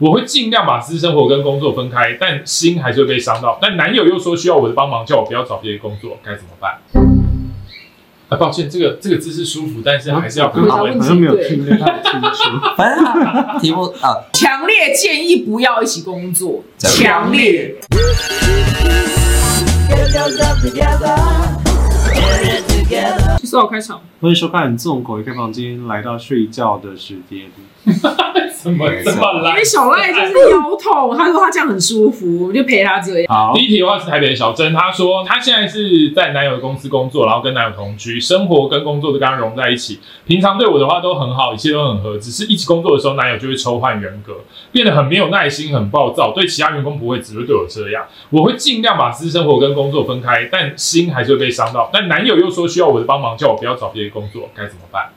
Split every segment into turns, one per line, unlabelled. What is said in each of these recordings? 我会尽量把私生活跟工作分开，但心还是会被伤到。但男友又说需要我的帮忙，叫我不要找别的工作，该怎么办？啊，抱歉，这个这个姿势舒服，但是还是要跟
我
好
好
问
像没有听得太清楚。
反正他题目啊，
强烈建议不要一起工作，强烈。去烧烤开场，
欢迎收看《纵口一开房间》，来到睡觉的时间。
怎么这么
因
烂
为？小赖就是腰痛，他说他这样很舒服，我们就陪他这样。
好
第，一题的话是台北的小珍，她说她现在是在男友的公司工作，然后跟男友同居，生活跟工作都跟他融在一起。平常对我的话都很好，一切都很合，只是一起工作的时候，男友就会抽换人格，变得很没有耐心、很暴躁，对其他员工不会，只会对我这样。我会尽量把私生活跟工作分开，但心还是会被伤到。但男友又说需要我的帮忙，叫我不要找别的工作，该怎么办？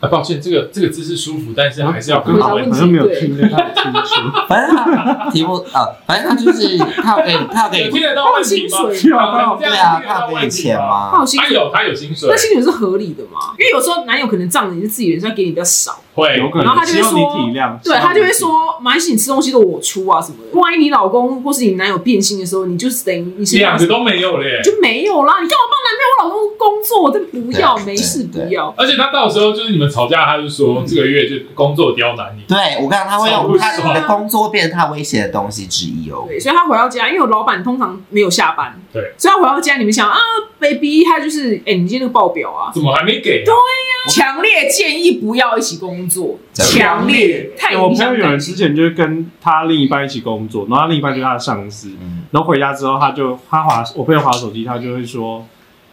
啊，抱歉，这个这个姿势舒服，但是还是要跟
我
好
好
问
像没有听得太清楚。
反正他题目啊，反正他就是他要给你，他要给
有
你，
听得到问题吗？
他有薪水
这样
吗
听
对
得
啊，
到
他要给
问
你
题
钱
吗？
他有
吗？
薪
他
水，
有，他有薪水
那，薪水是合理的嘛？因为有时候男友可能仗着你是自己人，所以他给你比较少。
会
有可
然后
能
他就
希
会
望你
说
体谅，
对
希望
他就会
你体谅。
说，买起你吃东西的我出啊什么的。万一你老公或是你男友变心的时候，你就是等于你是
两个都没有了耶。
就没有啦。你干嘛帮男朋友、老公工作？这不要，
对
没事，
对
不要。
而且他到时候就是你们吵架，他就说这个月就工作刁难你，
对我看他会
超
用
不
他
爽
你的工作变成他威胁的东西之一哦。
对，所以他回到家，因为我老板通常没有下班，
对，
所以他回到家，你们想啊，baby，他就是，哎、你今天那个报表 啊，
怎么还没给、啊？
强烈建议不要一起工作，
强
强烈，太
哎我朋友
影响
有
感
人
情
之。前就是跟他另一半一起工作，然后他另一半就是他的上司，
嗯，
然后回家之后他就他划我朋友划手机，他就会说：“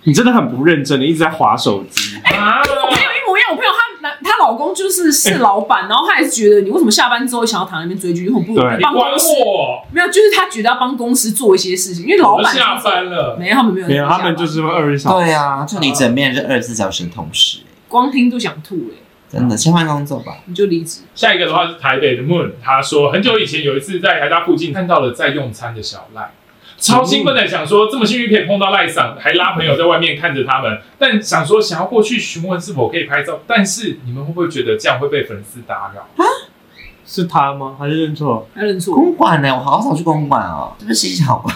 你真的很不认真，你一直在划手机。
啊，
我朋友一模一样，我朋友她男她老公就是是老板， 然后他还是觉得你为什么下班之后想要躺在那边追剧，为什么不
对
你
帮
管
公司？
我，
没有，就是他觉得要帮公司做一些事情，因为老
我
板
下班了，
没有他们没”有
没有，他
下
们
班
就是会二十小时。
对啊，就你整面是二十四小时的同事，
光听就想吐哎、
真的先换工作吧。
你就离职。
下一个的话是台北的 Moon，他说很久以前有一次在台大附近看到了在用餐的小赖，超兴奋的想说这么幸运可以碰到赖桑，还拉朋友在外面看着他们，但想说想要过去询问是否可以拍照，但是你们会不会觉得这样会被粉丝打扰？
是他吗？还是认错？
他认错，
公馆呢？我好少去公馆哦，对不起，好吧。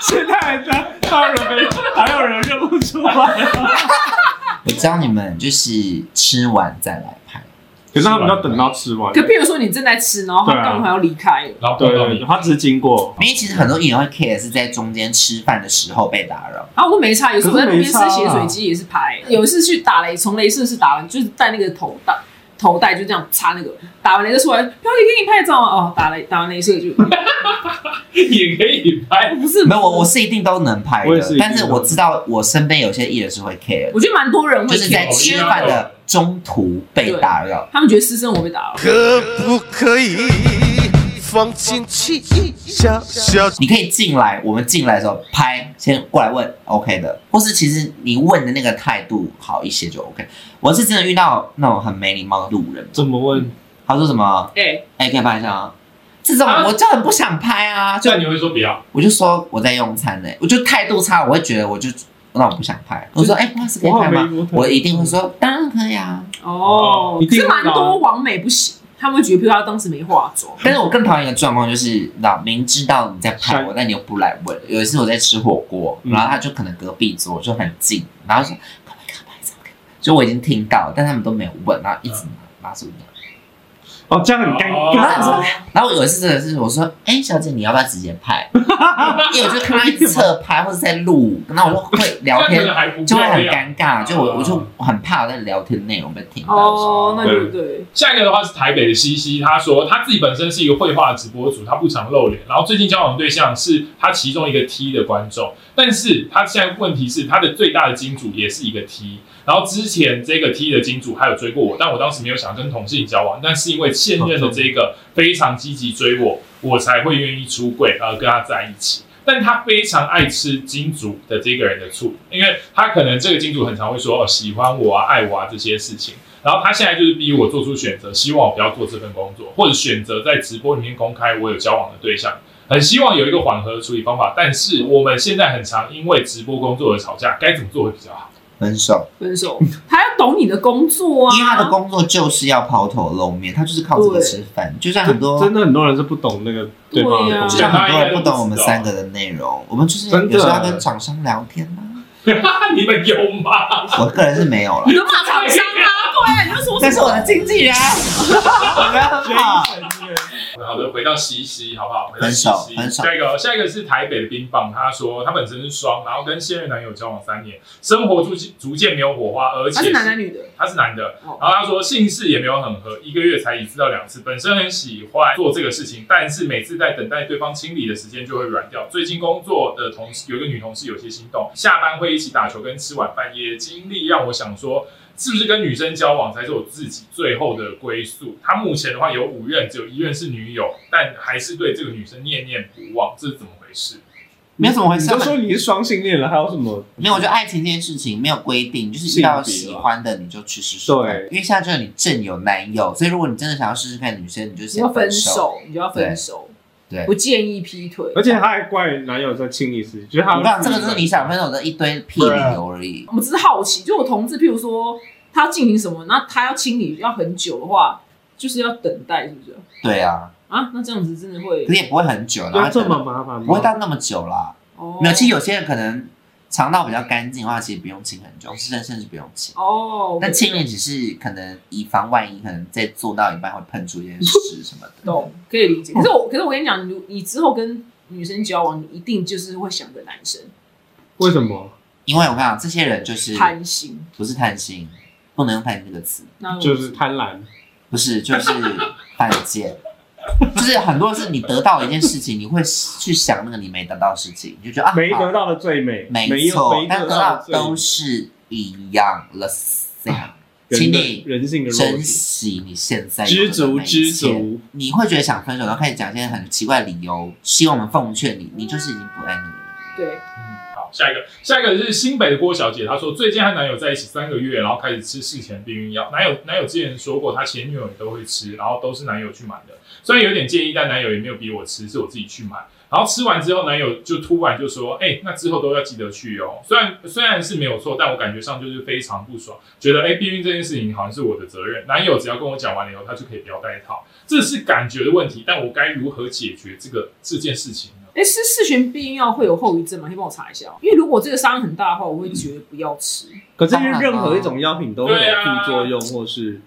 现在还在，还有人没，还有人认不出来。
我教你们，就是吃完再来拍。
可是他们要等到吃完
可。譬如说你正在吃，然后他
对啊
刚好要离开了，
然后
对
碰到
对
你
对，，他只是经过。
因为其实很多艺人会 care 是在中间吃饭的时候被打扰。
然后我说没差，有时候我在路边吃
可是没
血
差啊
水鸡也是拍，有一次去打雷，从雷射是打完，就是戴那个头带。头带就这样插那个，打完雷射出来，飘姐给你拍照啊哦，打雷打完雷射就
也可以拍。
不是
没有，我我是一定都能拍
我也是
的
一定，
但是我知道我身边有些艺人是会 care，的
我觉得蛮多人
就
会
是在
我一
哦
吃
定要
饭的中途被打扰。
他们觉得私生活被打扰，
可不可以放进去小小
你可以进来，我们进来的时候拍，先过来问 OK 的，或是其实你问的那个态度好一些就 OK。我是真的遇到那种很没礼貌的路人，
怎么问？
他说什么？
哎、
哎、可以拍一下啊？这种
啊
我就很不想拍啊，就
所以你会说不要，
我就说我在用餐呢、我就态度差，我会觉得我就那我不想拍。我说哎、不好意思，可以
我好
拍
没礼
吗
貌？
我一定会说当然可以啊，
哦，
一
可
定
是
的啊
蛮多网美不行，他们会觉得，譬如他当时没化妆，
但是我更讨厌一个状况，就是你知道明知道你在拍我，但你又不来问。有一次我在吃火锅，
嗯
然后他就可能隔壁桌就很近，然后说哎快拍快拍照，快拍就我已经听到，但他们都没有问，然后一直拿拿手机。
哦，这样很尴
哦
尬。
然后我有一次真的是我说，哎、小姐你要不要直接拍？ 因为我就看他一直侧拍或者在录，那我就会聊
这样
天
可能还不
就会
漂
很
亮
尴尬，就
哦
我我就很怕我在聊天内容被听到。
哦，那就对，
下一个的话是台北的西西，他说他自己本身是一个绘画直播主，他不常露脸，然后最近交往的对象是他其中一个 T 的观众，但是他现在问题是他的最大的金主也是一个 T，然后之前这个 T 的金主还有追过我，但我当时没有想跟同性交往，但是因为现任的这个非常积极追我，我才会愿意出柜，呃，跟他在一起。但他非常爱吃金主的这个人的醋，因为他可能这个金主很常会说哦喜欢我啊、爱我啊这些事情。然后他现在就是逼我做出选择，希望我不要做这份工作，或者选择在直播里面公开我有交往的对象，很希望有一个缓和的处理方法。但是我们现在很常因为直播工作而吵架，该怎么做会比较好？
分手，
分手，他要懂你的工作啊，
因为他的工作就是要抛头露面，他就是靠这个吃饭。就像很多，
真的很多人是不懂那个对方的
对啊
工
就
作
哦像。很多人不懂我们三个的内容，我们就是
真的
有时候要跟厂商聊天啊。
你们有吗？
我个人是没有 了
你，就骂厂商啊，对啊，你就说
但
什
是
么
我的经纪人，我们很好。
好的，回到西西好不好？回到
很
西
少
西。
很少
下一个，下一个是台北的冰棒，他说他本身是双，然后跟现任男友交往三年，生活逐渐逐渐没有火花，而且
他是男男女的，
他是男的，
哦
然后他说姓氏也没有很合，一个月才一次到两次。本身很喜欢做这个事情，但是每次在等待对方清理的时间就会软掉。最近工作的同事有一个女同事有些心动，下班会一起打球跟吃晚饭，也经历让我想说，是不是跟女生交往才是我自己最后的归宿？他目前的话有五任，只有一任是女友，但还是对这个女生念念不忘，这是怎么回事？
没有怎么回
你
事啊
就，说你是双性恋了，还有什么？
没有，我觉得爱情这件事情没有规定，就是遇到喜欢的你就去试试看
对。
因为现在就是你正有男友，所以如果你真的想要试试看女生，你就
你
先
要分
手。
手，你就要分手，
对
不建议劈腿。
而且他还怪男友在清理时，就是他
我讲这个就是你想分手的一堆屁理由而已。
我们只是好奇，就我同志，譬如说他要进行什么，那他要清理要很久的话，就是要等待，是不是？
对啊，
啊，那这样子真的会
可是也不会很久，然
要
后
这么麻烦
不会
吗？
到那么久啦。
哦，
没有，其实有些人可能肠道比较干净的话，其实不用清很久，甚至甚至不用清。
哦，
但清理只是可能以防万一，可能在做到一半会喷出一些屎什么的。
懂，可以理解。可是我，可是我跟你讲，你你之后跟女生交往，你一定就是会想着男生
为什么？
因为我跟你讲，这些人就是
贪心，
不是贪心，不能用贪心这个词。
那
就是贪婪。
不是，就是犯贱，就是很多是你得到一件事情，你会去想那个你没得到的事情，你就觉得啊，
没
好
得到的最美，没
没
有
错
没，
但
得
得到
到
的都
是
是一样了噻。
人
请
的
你
人性的逻
珍
辑，
惜你现在有
知
的
足
每一
知
切
足。
你会觉得想分手，然后开始讲一些很奇怪的理由，希望我们奉劝你，你就是已经不爱那个人了。
对，
好，下一个，下一个是新北的郭小姐，她说最近和男友在一起三个月，然后开始吃事前避孕药。男友男友之前说过，他前女友也都会吃，然后都是男友去买的。虽然有点建议，但男友也没有逼我吃，是我自己去买。然后吃完之后，男友就突然就说：“哎、那之后都要记得去哦。”虽然虽然是没有错，但我感觉上就是非常不爽，觉得哎、避孕这件事情好像是我的责任。男友只要跟我讲完了以后，他就可以不要戴套，这是感觉的问题。但我该如何解决这个这件事情呢？
哎，吃四旋避孕药会有后遗症吗？可以帮我查一下哦，因为如果这个伤害很大的话，我会觉得不要吃。
可是因为
当然
任何
啦
一种药品都会有
对啊
副作用，或是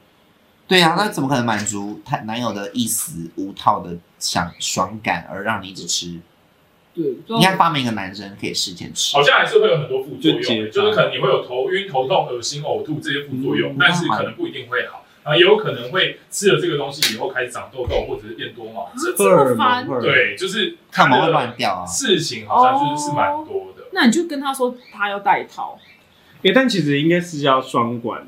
对啊，那怎么可能满足他男友的一时无套的想爽感，而让你一直吃？
对，
应该发明一个男生可以事前吃
好。像还是会有很多副作用，欸
就解
就
乏
是可能你会有头晕、头痛、恶心、呕吐这些副作用，
嗯
但是可能不一定会好，然后也有可能会吃了这个东西以后开始长痘痘，或者是变多毛症。
这
荷
么
尔
烦
蒙，荷尔蒙，
对，就是
看毛会
的
乱掉啊！
事情好像就是是蛮多的。
那你就跟他说他要戴套，
诶但其实应该是要双管，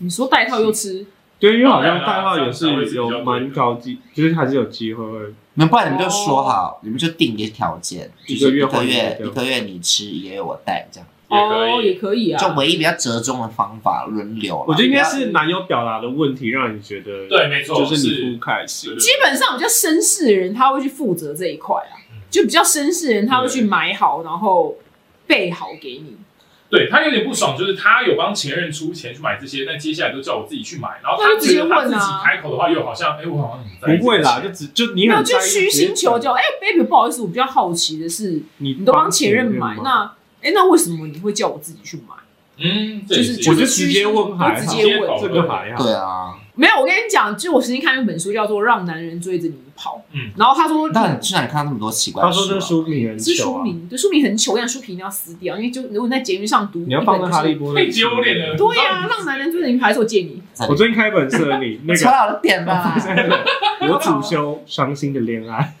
你说戴套又吃，
对，因为好
当
像
然啦
代号也
这样才会
是
比较
有蛮高机，就是还是有机会会
那不然你们就说好，你们就定一个条件，就
一个
是
月
一
换
个
一个这
月一
样
个月你吃，一个月我带，这样
也可以
哦，也可以啊，
就唯一比较折中的方法，轮流啦。
我觉得应该是男友表达的问题，让你觉得
对，没错，
就是你
是
不开
是
心
的。
基本上比较绅士的人，他会去负责这一块啊
嗯，
就比较绅士的人，他会去买好，然后备好给你。
对他有点不爽，就是他有帮前任出钱去买这些，但接下来都叫我自己去买，然后他
那就直接
觉得他自
问啊
己开口的话，又好像哎，我好像很在意
不会啦，
这
就
个钱
只就你
没有，
很
就
在意
虚心求，
直接
教。哎、b a b y 不好意思，我比较好奇的是，
你
你都帮前任买，
吗
那哎、那为什么你会叫我自己去买？
嗯，这
就
也
是
一个
就
我
是
就直接问还好
直接问
这个还好，
对啊，
没有，我跟你讲，就我曾经看一本书叫做《让男人追着你跑》，
嗯
然后他说，
那你去哪里看到那么多奇怪
他
的
说
书
这
啊？
书名很
是
久
书
啊，
名，对，书名很糗，但书评一定要撕掉，因为就如果你在捷运上读，
你要放在哈利。波特
太丢脸了。
对呀、让男人追着你跑，还是我建议
我最近开一本社里那
扯
个
到我的啊点吧。
我主修伤心的恋爱。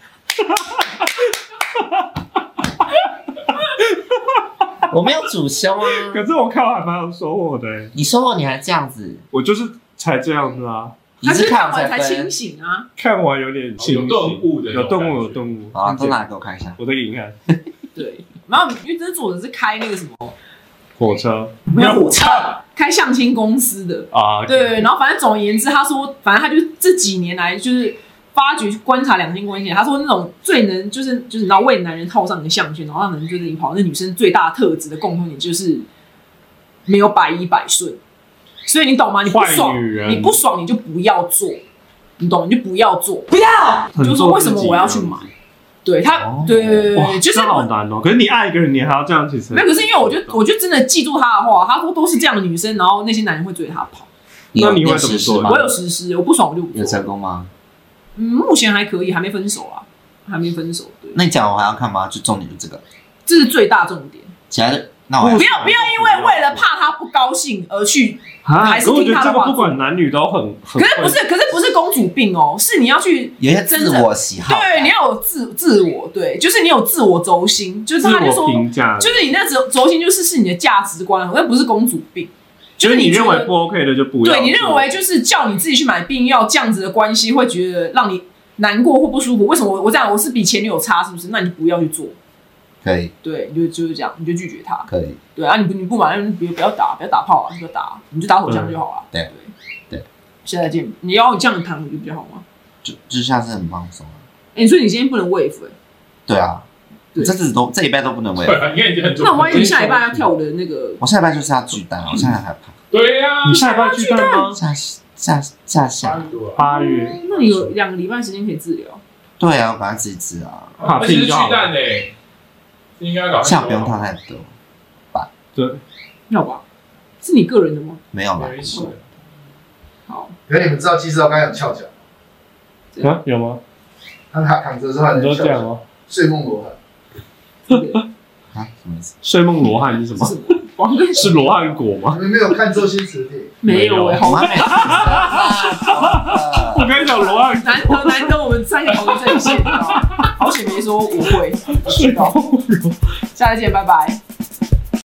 我没有主修啊。
可是我看完还蛮有收获的欸，
你说过你还这样子，
我就是才这样子啊，
你是
看
看完
完才
分
清醒啊，
看完有点清
有
醒
顿悟的那种
有动
感
物，
觉
有动物。
好啊？都
真的，
拿来给我看一下。
我再给你看
对。然后因为这作者是开那个什么，
火车
没有我
开相亲公司的，
啊，
对，然后反正总而言之，他说，反正他就这几年来就是发掘观察两性关系，他说那种最能就是就是你知道为男人套上你的项圈，然后让男人追着你跑，那女生最大特质的共同点就是没有百依百顺，所以你懂吗？你不爽
坏女，人
你不爽你就不要做，你懂？你就不要做，不要，
很
就是
做
为
啊自
什么
己
我要
这
去
样
买？对他，对对对对
哦哇，
对，就是
这好难哦。可是你爱一个人，你还要这样去承
没有，可是因为我觉得，我觉得真的记住他的话，他说都是这样的女生，然后那些男人会追着她跑。
你有
那你会
有
怎么
实施
做
吗
我？有实施，我不爽我就不
有
做。
成功吗？
嗯，目前还可以，还没分手啊，还没分手。对，
那你讲我还要看吗？就重点就这个，
这是最大重点。
其他的那我还
不要不要因为为了怕他不高兴而去，
啊，
还
可
是
是我觉
听
得
他
这
的
个
话
不管男女都很很
可是不是，可是不是公主病哦，是你要去
有一些自我喜好，
对，你要有自自我，对，就是你有自我轴心，就是
自
他就
我
说，
评价，
就是你那轴轴心就是是你的价值观，那不是公主病，就
就是是你
觉
认
得
为不 OK 的就不要做。
对你认为就是叫你自己去买避孕药这样子的关系，会觉得让你难过或不舒服。为什么我我这样我是比前女友差是不是？那你不要去做，
可以
对，你就就是这样，你就拒绝他。
可以，
对啊，你不你不买，你不不要打，不要打炮啊，你不要打，你就打手枪就好了。
嗯对对，
现在见你要这样谈，我觉得比较好吗？
就就像是很放松啊。
哎、所以你今天不能 wave，、欸、
对啊，
对
这次都这礼拜都不能为
对。啊，你看已经很久
那万一你下礼拜要跳舞的那个，
我下礼拜就是要巨蛋，我现在害怕。
对呀、
你下一拜去干吗？
下下下下，
啊，
八月
那你有两个礼拜时间可以治疗。
对啊，我赶快自己治啊，
怕
而且是
病
巨
就好
蛋呢、欸应该搞啊
下不用跳太多，
对，
要吧？是你个人 的吗？
没有啦。
没事。
好，
可是你们知道济世道刚才有翘脚，
啊有吗？
他他躺着的时候还
你
能
说
翘
这样
脚，
哦，
睡梦罗汉。
这个
啊，什么意思？
睡梦罗汉是什么？
是王哥
是罗汉果吗？
你们没有看周星驰的电影？
没有哎、好
我还没啊
我跟你讲，罗汉
难得难得我们三个同一阵线，你知道吗好险没说我会，知道。下次见，拜拜。